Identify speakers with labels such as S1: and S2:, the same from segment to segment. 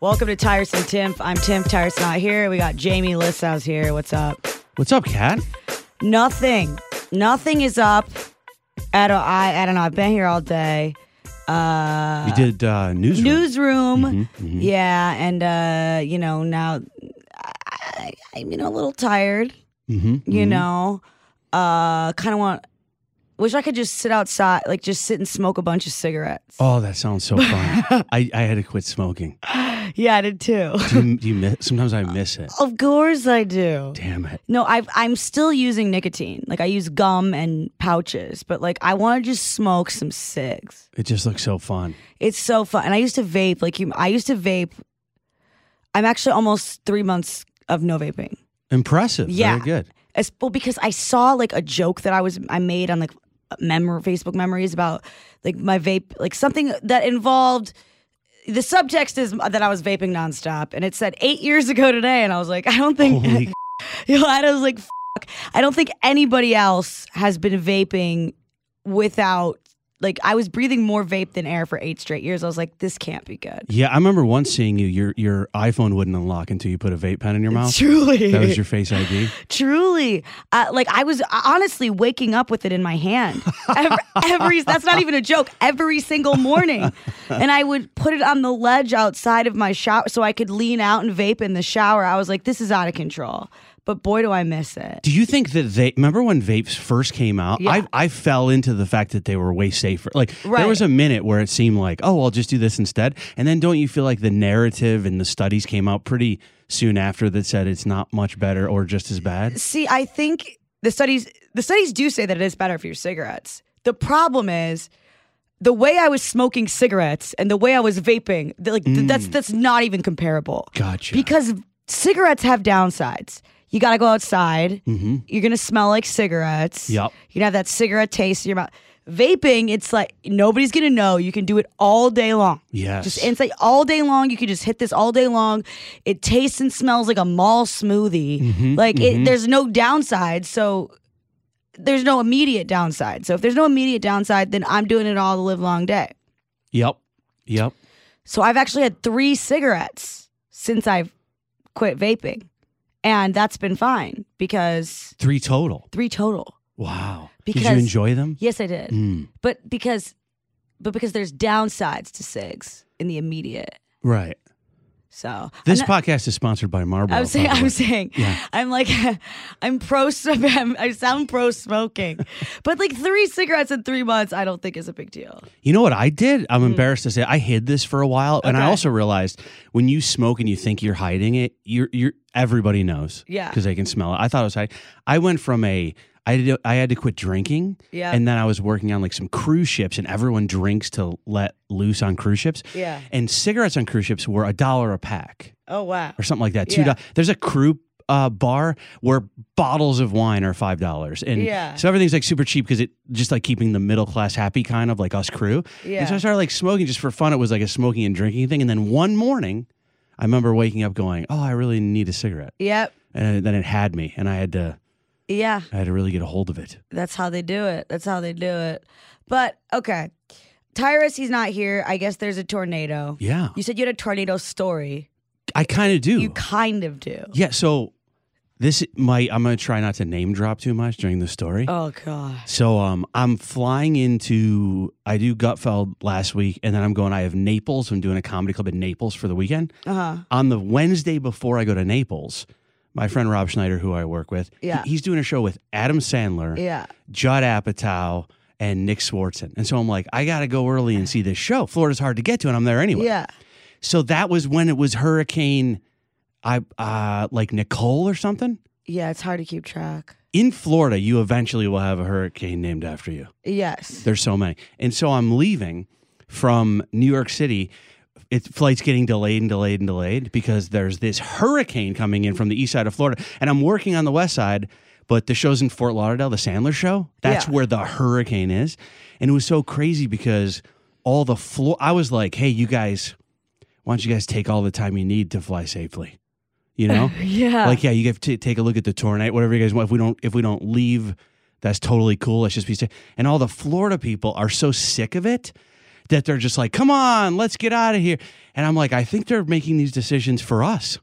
S1: Welcome to Tiresome Timp. I'm Tim. Tiresome out here. We got Jamie Lissau's here. What's up?
S2: What's up, Kat?
S1: Nothing. Nothing is up. At all. I, I don't know. I've been here all day. Uh,
S2: You did uh, newsroom.
S1: newsroom.
S2: mhm.
S1: Yeah, and uh, you know now I, I, I'm you know a little tired.
S2: Mm-hmm.
S1: You know, uh, kind of want. Wish I could just sit outside, like just sit and smoke a bunch of cigarettes.
S2: Oh, that sounds so fun. I, I had to quit smoking.
S1: Yeah, I did too.
S2: Do you, do you miss? Sometimes I miss it.
S1: of course I do.
S2: Damn it.
S1: No, I've, I'm still using nicotine. Like I use gum and pouches, but like I want to just smoke some cigs.
S2: It just looks so fun.
S1: It's so fun. And I used to vape. Like you, I used to vape. I'm actually almost three months of no vaping.
S2: Impressive.
S1: Yeah.
S2: Very good.
S1: As, well, because I saw like a joke that I was I made on like memor Facebook memories about like my vape, like something that involved. The subtext is that I was vaping nonstop, and it said eight years ago today, and I was like, I don't think.
S2: Holy
S1: You know, and I was like, Fuck. I don't think anybody else has been vaping without, like, I was breathing more vape than air for eight straight years. I was like, this can't be good.
S2: Yeah, I remember once seeing you. Your your iPhone wouldn't unlock until you put a vape pen in your mouth.
S1: Truly.
S2: That was your Face ID.
S1: Truly. Uh, like, I was honestly waking up with it in my hand. Every, every, that's not even a joke. Every single morning. And I would put it on the ledge outside of my shower so I could lean out and vape in the shower. I was like, this is out of control. But boy, do I miss it.
S2: Do you think that they remember when vapes first came out?
S1: Yeah.
S2: I, I fell into the fact that they were way safer. Like
S1: Right.
S2: there was a minute where it seemed like, oh, I'll just do this instead. And then don't you feel like the narrative and the studies came out pretty soon after that said it's not much better or just as bad?
S1: See, I think the studies the studies do say that it is better for your cigarettes. The problem is the way I was smoking cigarettes and the way I was vaping, th- like th- that's that's not even comparable.
S2: Mm. Gotcha.
S1: Because cigarettes have downsides. You got to go outside.
S2: mm-hmm.
S1: You're going to smell like cigarettes.
S2: Yep.
S1: You have that cigarette taste in your mouth. Vaping, it's like nobody's going to know. You can do it all day long.
S2: Yes.
S1: Just it's like all day long. You can just hit this all day long. It tastes and smells like a mall smoothie.
S2: Mm-hmm,
S1: like It, there's no downside. So there's no immediate downside. So if there's no immediate downside, then I'm doing it all the live long day.
S2: yep. Yep.
S1: So I've actually had three cigarettes since I've quit vaping, and that's been fine because
S2: Three total.
S1: three total.
S2: Wow. Did you
S1: Because-
S2: enjoy them?
S1: Yes, I did,
S2: Mm.
S1: but because but because there's downsides to cigs in the immediate.
S2: Right.
S1: So
S2: This
S1: I'm not-
S2: podcast is sponsored by Marlboro.
S1: I'm saying,
S2: by the way.
S1: I'm saying, I'm like, I'm pro. I'm, I sound pro smoking, but like three cigarettes in three months, I don't think is a big deal.
S2: You know what I did? I'm embarrassed to say I hid this for a while, and I
S1: Hmm. Okay.
S2: also realized when you smoke and you think you're hiding it, you're you're everybody knows,
S1: Yeah.
S2: because they can smell it. I thought I was hiding. I went from a I did, I had to quit drinking,
S1: Yeah.
S2: and then I was working on like some cruise ships, and everyone drinks to let loose on cruise ships,
S1: Yeah.
S2: and cigarettes on cruise ships were a dollar a pack
S1: Oh wow.
S2: or something like that. Two
S1: Yeah.
S2: dollars. There's a crew uh, bar where bottles of wine are five dollars, and
S1: Yeah.
S2: so everything's like super cheap because it just like keeping the middle class happy, kind of like us crew.
S1: Yeah.
S2: And so I started like smoking just for fun. It was like a smoking and drinking thing. And then one morning, I remember waking up going, "Oh, I really need a cigarette,"
S1: Yep.
S2: and then it had me, and I had to
S1: Yeah.
S2: I had to really get a hold of it.
S1: That's how they do it. That's how they do it. But okay. Tyrus, he's not here. I guess there's a tornado.
S2: Yeah,
S1: You said you had a tornado story.
S2: I kind of do.
S1: You kind of do.
S2: yeah, so this my I'm gonna try not to name drop too much during the story.
S1: Oh god.
S2: So um, I'm flying into I do Gutfeld last week, and then I'm going. I have Naples. I'm doing a comedy club in Naples for the weekend.
S1: Uh huh.
S2: On the Wednesday before I go to Naples, my friend Rob Schneider, who I work with, he-
S1: Yeah.
S2: he's doing a show with Adam Sandler,
S1: Yeah.
S2: Judd Apatow, and Nick Swartzen. And so I'm like, I got to go early and see this show. Florida's hard to get to, and I'm there anyway.
S1: Yeah.
S2: So that was when it was Hurricane, I uh, like Nicole or something.
S1: Yeah. It's hard to keep track.
S2: In Florida, you eventually will have a hurricane named after you.
S1: Yes.
S2: There's so many. And so I'm leaving from New York City It's flights getting delayed and delayed and delayed because there's this hurricane coming in from the east side of Florida, and I'm working on the west side. But the show's in Fort Lauderdale, the Sandler show. That's
S1: Yeah.
S2: where the hurricane is, and it was so crazy because all the floor. I was like, "Hey, you guys, why don't you guys take all the time you need to fly safely?" You know,
S1: Yeah.
S2: like yeah, you have to take a look at the tour night, whatever you guys want. If we don't, if we don't leave, that's totally cool. Let's just be safe. And all the Florida people are so sick of it that they're just like, come on, let's get out of here. And I'm like, I think they're making these decisions for us,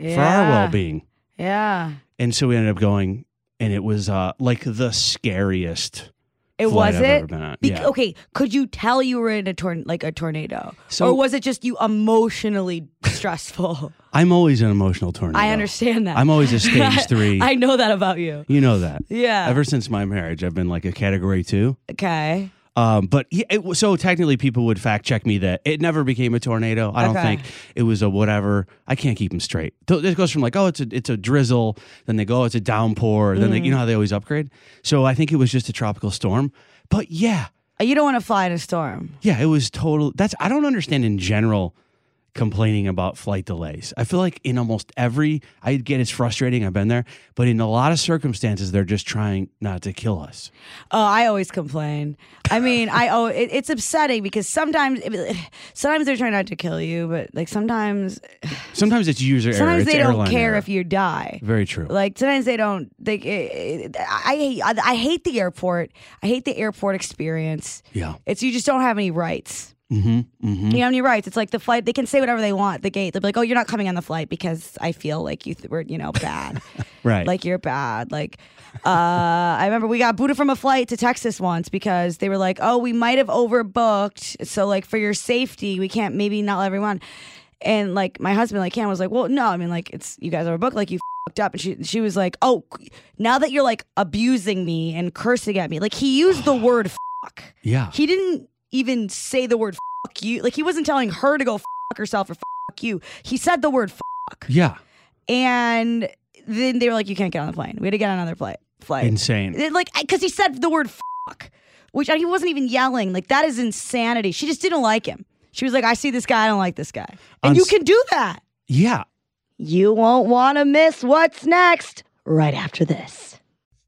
S2: for our
S1: Yeah.
S2: well being.
S1: Yeah.
S2: And so we ended up going, and it was uh, like the scariest.
S1: It
S2: flight
S1: was
S2: I've
S1: it.
S2: ever been on.
S1: Bec-
S2: Yeah.
S1: Okay, could you tell you were in a torn like a tornado,
S2: So-
S1: or was it just you emotionally stressful?
S2: I'm always an emotional tornado.
S1: I understand that.
S2: I'm always a stage three.
S1: I know that about you.
S2: you know that.
S1: Yeah.
S2: Ever since my marriage, I've been like a category two.
S1: okay.
S2: Um, but yeah, it, was- so technically, people would fact check me that it never became a tornado. I don't
S1: Okay.
S2: think it was a whatever. I can't keep them straight. Th- It goes from like, oh, it's a it's a drizzle, then they go, it's a downpour, then
S1: Mm.
S2: they, you know how they always upgrade. So I think it was just a tropical storm. But yeah,
S1: You don't want to fly in a storm.
S2: yeah, it was total. That's I don't understand in general complaining about flight delays. I feel like in almost every, I get it's frustrating. I've been there, but in a lot of circumstances, they're just trying not to kill us.
S1: Oh, I always complain. I mean, I oh, it, it's upsetting because sometimes, sometimes they're trying not to kill you, but like sometimes,
S2: Sometimes it's user error.
S1: sometimes
S2: It's
S1: they don't
S2: airline
S1: care
S2: error.
S1: if you die.
S2: Very true.
S1: Like sometimes they don't. They, eh, I, I hate. I, I hate the airport. I hate the airport experience.
S2: yeah.
S1: It's you just don't have any rights.
S2: Mm-hmm. Mm-hmm.
S1: You don't have any rights. It's like the flight. They can say whatever they want. at The gate. They'll be like, "Oh, you're not coming on the flight because I feel like you th- were, you know, bad.
S2: Right.
S1: like you're bad. Like, uh, I remember we got booted from a flight to Texas once because they were like, "Oh, we might have overbooked. So like for your safety, we can't maybe not let everyone." And like my husband, like Cam was like, "Well, no. I mean, like it's you guys overbooked. Like you." fucked Up and she she was like, oh, now that you're like abusing me and cursing at me, like he used the word fuck
S2: yeah.
S1: he didn't even say the word fuck you. Like he wasn't telling her to go fuck herself or fuck you. He said the word fuck.
S2: Yeah.
S1: And then they were like, you can't get on the plane. We had to get on another flight. flight.
S2: Insane.
S1: It- like, because he said the word fuck, which he wasn't even yelling. Like that is insanity. She just didn't like him. She was like, I see this guy. I don't like this guy. And
S2: On
S1: you
S2: s-
S1: can do that.
S2: Yeah.
S1: You won't want to miss what's next right after this.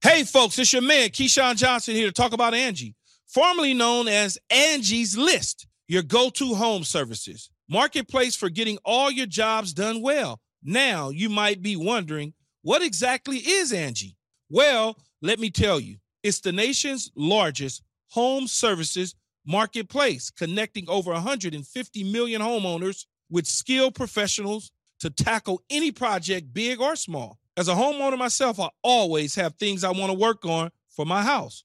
S3: Hey, folks, it's your man, Keyshawn Johnson, here to talk about Angie, formerly known as Angie's List, your go to home services, marketplace for getting all your jobs done well. Now, you might be wondering, what exactly is Angie? Well, let me tell you, it's the nation's largest home services marketplace, connecting over 150 million homeowners with skilled professionals to tackle any project, big or small. As a homeowner myself, I always have things I want to work on for my house,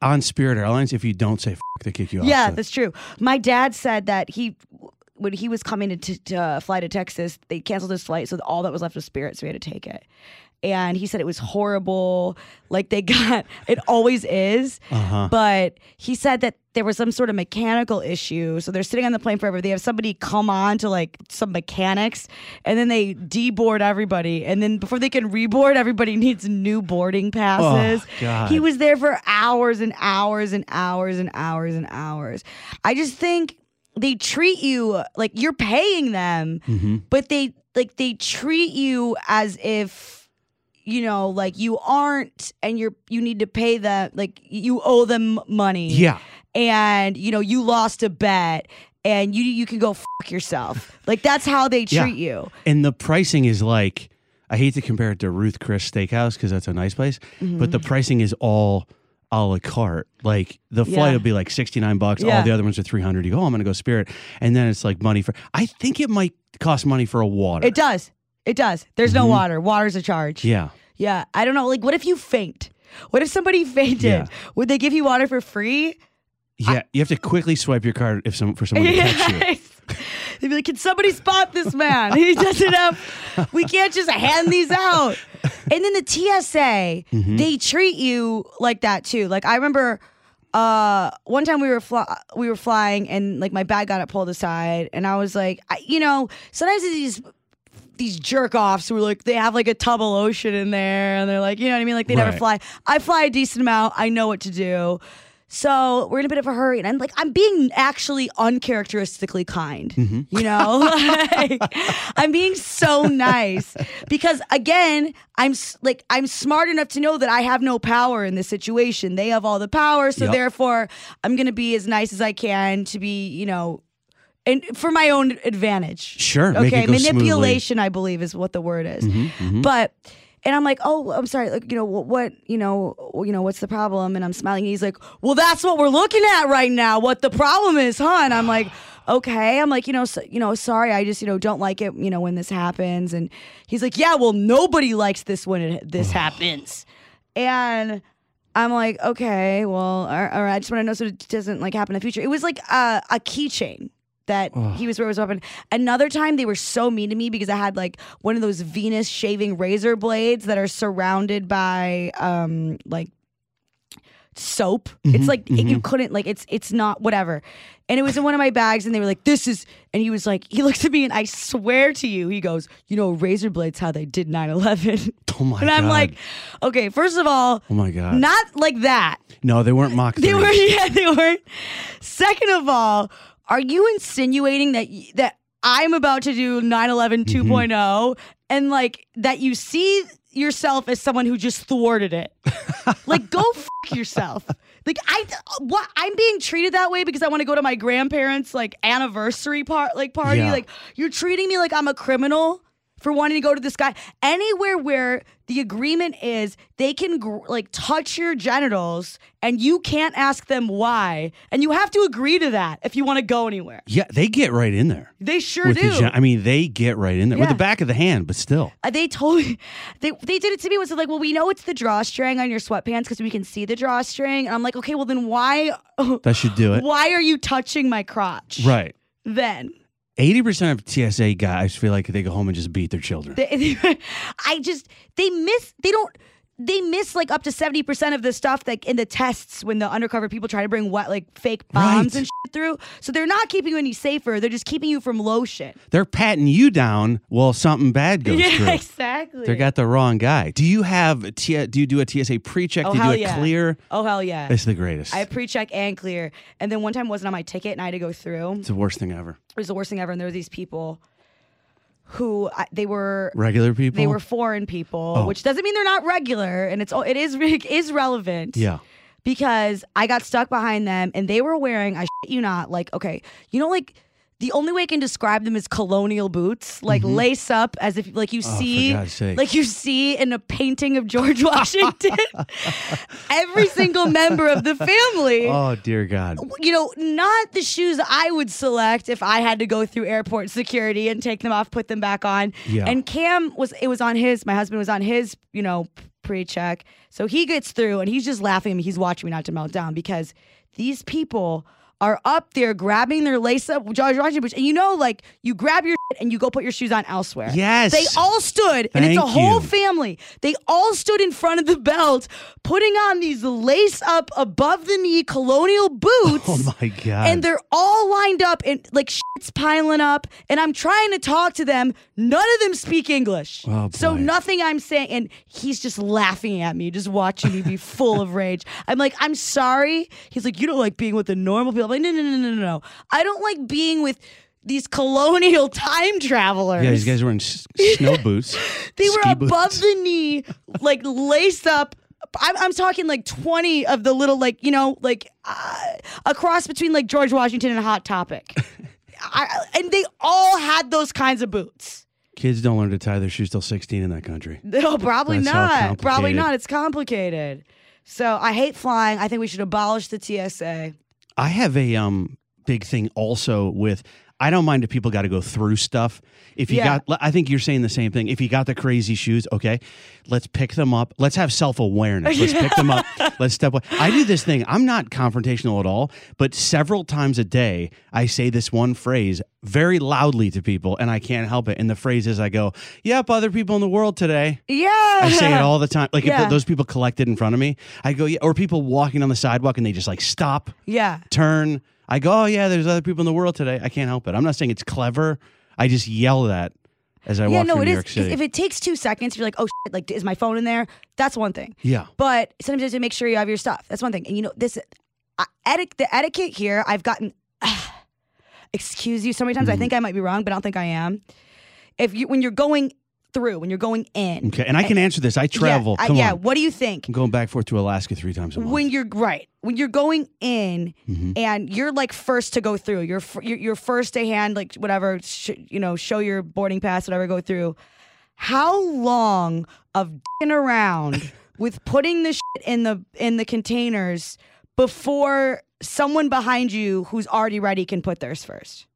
S2: On Spirit Airlines, if you don't say f, they kick you
S1: Yeah,
S2: off. the-
S1: that's true. My dad said that he, when he was coming to, t- to uh, fly to Texas, they canceled his flight, so all that was left was Spirit, so we had to take it. And he said it was horrible. Like they got it always is,
S2: Uh-huh.
S1: but he said that there was some sort of mechanical issue. So they're sitting on the plane forever. They have somebody come on to like some mechanics, and then they deboard everybody. And then before they can reboard, everybody needs new boarding passes.
S2: Oh, God.
S1: He was there for hours and hours and hours and hours and hours. I just think they treat you like you're paying them,
S2: Mm-hmm.
S1: but they like they treat you as if you know like you aren't and you're you need to pay them like you owe them money
S2: yeah.
S1: and you know you lost a bet and you you can go fuck yourself. Like that's how they treat
S2: Yeah.
S1: you.
S2: And the pricing is like, I hate to compare it to Ruth Chris Steakhouse because that's a nice place, but
S1: Mm-hmm.
S2: the pricing is all a la carte. Like the flight
S1: Yeah.
S2: will be like 69 bucks.
S1: Yeah.
S2: All the other ones are 300. You go, oh, I'm going to go Spirit. And then it's like money for, I think it might cost money for a water.
S1: It does. It does. There's no water. Water's a charge.
S2: Mm-hmm. Yeah.
S1: Yeah. I don't know. Like, what if you faint? What if somebody fainted?
S2: Yeah.
S1: Would they give you water for free?
S2: Yeah. you have to quickly swipe your card if some, for someone to catch you.
S1: They'd be like, can somebody spot this man? He doesn't have, we can't just hand these out. And then the TSA,
S2: Mm-hmm.
S1: they treat you like that too. Like I remember uh, one time we were fly- we were flying and like my bag got pulled aside and I was like, I, you know, sometimes these these jerk offs who are like they have like a tub of lotion in there and they're like, you know what I mean? Like they never
S2: Right.
S1: fly. I fly a decent amount. I know what to do. So we're in a bit of a hurry, and I'm like, I'm being actually uncharacteristically kind.
S2: Mm-hmm.
S1: You know, like, I'm being so nice because again, I'm s- like I'm smart enough to know that I have no power in this situation. They have all the power, so
S2: Yep.
S1: therefore, I'm gonna be as nice as I can to be, you know, and for my own advantage.
S2: Sure,
S1: Okay.
S2: make it go smoothly.
S1: Manipulation, I believe, is what the word is. But and I'm like, oh, I'm sorry. Like, you know what, what? You know, w- you know, what's the problem? And I'm smiling. He's like, well, that's what we're looking at right now. What the problem is, huh? And I'm like. Okay, I'm like you know, so, you know, sorry. I just you know don't like it, you know, when this happens. And he's like, yeah, well, nobody likes this when it, this happens. And I'm like, okay, well, all right, all right, I just want to know so it doesn't like happen in the future. It was like a, a keychain that he was wearing was weapon. Another time they were so mean to me because I had like one of those Venus shaving razor blades that are surrounded by um like soap.
S2: Mm-hmm,
S1: it's like it- you couldn't like it's it's not whatever. And it was in one of my bags and they were like, This is and he was like he looks at me and I swear to you, he goes, You know, razor blades how they did 9-11.
S2: Oh my
S1: and I'm
S2: God.
S1: like, okay, first of all,
S2: oh my God.
S1: not like that.
S2: no, they weren't mock
S1: They were,
S2: threes.
S1: yeah, they were. Second of all, are you insinuating that y- that I'm about to do 9/11 2.0 and like that you see yourself as someone who just thwarted it? like, go f- yourself. Like I, what I'm being treated that way because I want to go to my grandparents' like anniversary part, like party.
S2: Yeah.
S1: Like you're treating me like I'm a criminal for wanting to go to this guy anywhere where the agreement is they can gr- like touch your genitals and you can't ask them why and you have to agree to that if you want to go anywhere
S2: Yeah, they get right in there.
S1: they sure
S2: with
S1: do
S2: The, gen- I mean, they get right in there with the
S1: Yeah.
S2: back of the hand, but still.
S1: Uh, they totally they they did it to me was like well we know it's the drawstring on your sweatpants because we can see the drawstring and i'm like okay well then why
S2: That should do it.
S1: why are you touching my crotch
S2: Right.
S1: then
S2: Eighty percent of TSA guys feel like they go home and just beat their children.
S1: They- they- I just they miss they don't they miss like up to seventy percent of the stuff like in the tests when the undercover people try to bring what like fake bombs
S2: Right.
S1: and shit through. So they're not keeping you any safer. They're just keeping you from lotion.
S2: They're patting you down while something bad goes
S1: yeah,
S2: through.
S1: exactly.
S2: They got the wrong guy. Do you have a T- do you do a TSA pre-check?
S1: Oh,
S2: do you do
S1: hell
S2: a
S1: yeah.
S2: clear?
S1: oh hell yeah.
S2: It's the greatest.
S1: I had pre-check and clear, and then one time wasn't on my ticket, and I had to go through.
S2: it's the worst thing ever.
S1: It was the worst thing ever. And there were these people who I, they were
S2: Regular people.
S1: they were foreign people,
S2: Oh.
S1: which doesn't mean they're not regular, and it's it is it is relevant.
S2: Yeah.
S1: because I got stuck behind them and they were wearing, I shit you not, like, okay, you know, like the only way I can describe them is colonial boots, like lace up as if like you
S2: Mm-hmm. Oh, for
S1: see
S2: God's sake.
S1: like you see in a painting of George Washington. Every single member of the family.
S2: Oh dear God.
S1: You know, not the shoes I would select if I had to go through airport security and take them off, put them back on.
S2: Yeah.
S1: And Cam was it was on his, my husband was on his, you know, pre-check. So he gets through and he's just laughing at me. He's watching me not to melt down because these people are up there grabbing their lace up George Washington boots. And you know, like you grab your shit and you go put your shoes on elsewhere.
S2: Yes.
S1: They all stood, and it's
S2: Thank
S1: a whole
S2: you.
S1: family. They all stood in front of the belt, putting on these lace up above the knee colonial boots.
S2: Oh my God.
S1: And they're all lined up and like shit's piling up. And I'm trying to talk to them. None of them speak English.
S2: Oh,
S1: so
S2: boy.
S1: nothing I'm saying. And he's just laughing at me, just watching me be full of rage. I'm like, I'm sorry. He's like, you don't like being with the normal people. I'm like, no, no, no, no, no, no. I don't like being with these colonial time travelers.
S2: yeah, these guys were in s- snow boots.
S1: They were
S2: ski
S1: above
S2: boots.
S1: the knee, like laced up. I'm, I'm talking like 20 of the little, like, you know, like uh, a cross between like George Washington and Hot Topic. I, and they all had those kinds of boots.
S2: Kids don't learn to tie their shoes till 16 in that country.
S1: No, probably
S2: That's how
S1: not. Probably
S2: complicated.
S1: not. It's complicated. So I hate flying. I think we should abolish the TSA.
S2: I have a um big thing also with I don't mind if people got to go through stuff. If you
S1: Yeah.
S2: got I think you're saying the same thing. If you got the crazy shoes, okay, let's pick them up. Let's have self-awareness. Let's pick them up. Let's step away. I do this thing. I'm not confrontational at all, but several times a day I say this one phrase very loudly to people and I can't help it. And the phrase is I go, "Yep, other people in the world today."
S1: Yeah.
S2: I say it all the time. Like if
S1: Yeah.
S2: th- those people collected in front of me, I go, yeah. Or people walking on the sidewalk and they just like stop
S1: Yeah.
S2: turn. I go, oh yeah, there's other people in the world today. I can't help it. I'm not saying it's clever. I just yell that as I
S1: yeah,
S2: walk
S1: no,
S2: through
S1: it
S2: New
S1: is.
S2: York
S1: 'cause
S2: City.
S1: If it takes two seconds, you're like, oh, shit, like, is my phone in there? That's one thing.
S2: yeah,
S1: But sometimes you have to make sure you have your stuff. That's one thing. And you know, this uh, etic- the etiquette here, I've gotten, excuse you, so many times
S2: Mm-hmm.
S1: I think I might be wrong, but I don't think I am. If you, when you're going through, when you're going in,
S2: okay. And I can answer this. I travel.
S1: Yeah, I-
S2: Come
S1: yeah,
S2: on,
S1: what do you think?
S2: I'm going back and forth to Alaska three times a month. Mm-hmm.
S1: when you're right when you're going in and you're like first to go through you're, fir- you're, you're first to hand like whatever sh- you know show your boarding pass whatever go through how long of dicking around with putting the shit in the in the containers before someone behind you who's already ready can put theirs first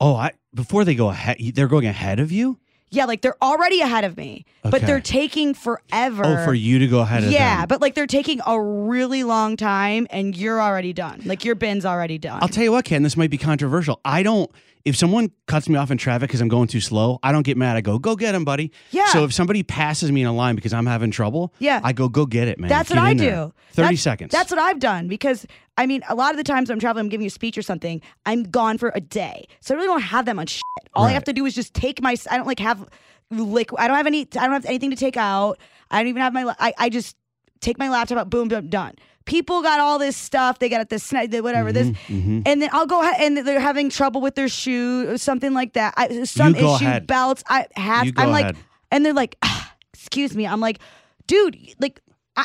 S2: oh, I before they go ahead, they're going ahead of you.
S1: yeah like they're already ahead of me but
S2: Okay.
S1: they're taking forever
S2: oh, for you to go ahead of
S1: yeah,
S2: them.
S1: but like they're taking a really long time and you're already done. Like your bin's already done.
S2: I'll tell you what, Ken. This might be controversial. I don't. If someone cuts me off in traffic because I'm going too slow, I don't get mad. I go, go get him, buddy.
S1: Yeah.
S2: So if somebody passes me in a line because I'm having trouble,
S1: Yeah.
S2: I go, go get it, man.
S1: That's
S2: Get
S1: what I
S2: in
S1: do.
S2: there." Thirty
S1: That's-
S2: seconds.
S1: That's what I've done because I mean, a lot of the times I'm traveling, I'm giving you a speech or something. I'm gone for a day, so I really don't have that much. Shit. All I have
S2: Right.
S1: to do is just take my. I don't like have like I don't have any. I don't have anything to take out. I don't even have my. la- I I just take my laptop out. Boom, boom, done. People got all this stuff. They got this, sni- the whatever this,
S2: Mm-hmm,
S1: and then I'll go ahead and they're having trouble with their shoe or something like that. I, some
S2: go
S1: issue
S2: ahead.
S1: belts. I hats.
S2: You go
S1: I'm like,
S2: ahead.
S1: and they're like, "Ah, excuse me. I'm like, dude, like, I,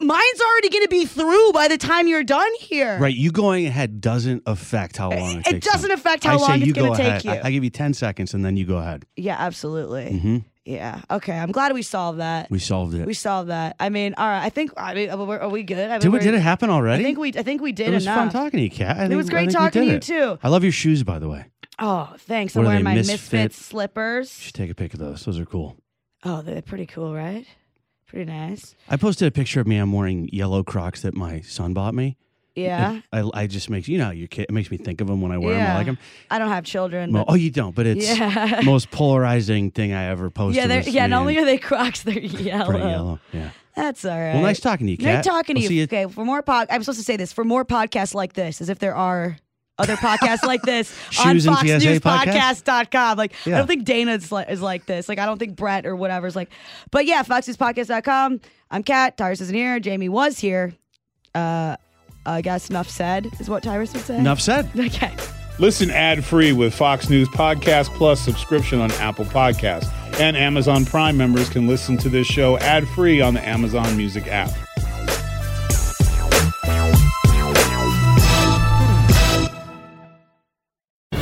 S1: mine's already gonna be through by the time you're done here.
S2: Right, you going ahead doesn't affect how long it,
S1: It
S2: takes. them.
S1: doesn't affect how
S2: I
S1: long
S2: say
S1: it's
S2: you
S1: gonna
S2: go
S1: take
S2: ahead.
S1: you.
S2: I, I give you ten seconds, and then you go ahead.
S1: Yeah, absolutely.
S2: hmm
S1: Yeah. Okay. I'm glad we solved that.
S2: We solved it.
S1: We solved that. I mean, all right. I think. I mean, are we- are we good? I mean,
S2: did, we,
S1: we're-
S2: did it happen already?
S1: I think we. I think we did
S2: it was
S1: enough.
S2: fun talking to you, Kat. I think-
S1: was
S2: I
S1: great
S2: think we
S1: talking
S2: did
S1: to you,
S2: it.
S1: too.
S2: I love your shoes, by the way. You
S1: Oh, thanks.
S2: What
S1: I'm
S2: are
S1: wearing
S2: they,
S1: my
S2: misfit?
S1: misfit slippers.
S2: should take a pic of those. Those are cool.
S1: Oh, they're pretty cool, right? Pretty nice.
S2: I posted a picture of me. I'm wearing yellow Crocs that my son bought me.
S1: Yeah.
S2: I, I just makes you know your kid. It makes me think of them when I wear them. I
S1: Yeah.
S2: like them.
S1: I don't have children.
S2: Mo-
S1: but-
S2: oh, you don't, but it's
S1: Yeah.
S2: most polarizing thing I ever posted.
S1: yeah, they're,
S2: was
S1: yeah.
S2: me
S1: Not only
S2: in
S1: are they Crocs, they're yellow.
S2: bright yellow. Yeah.
S1: That's all right.
S2: Well, nice talking to you,
S1: Nice
S2: Kat.
S1: talking to
S2: We'll see
S1: you. Okay, for more pod, I'm supposed to say this for more podcasts like this, as if there are other podcasts like this on
S2: Shoes and TSA
S1: FoxNewsPodcast.com. Like,
S2: Yeah.
S1: I don't think Dana's li- is like this. Like, I don't think Brett or whatever's like. But yeah, FoxNewsPodcast.com. I'm Kat. Tyrus isn't here. Jamie was here. Uh, I guess enough said is what Tyrus would say.
S2: Enough said.
S1: Okay.
S4: Listen ad free with Fox News Podcast Plus subscription on Apple Podcasts. And Amazon Prime members can listen to this show ad free on the Amazon Music app.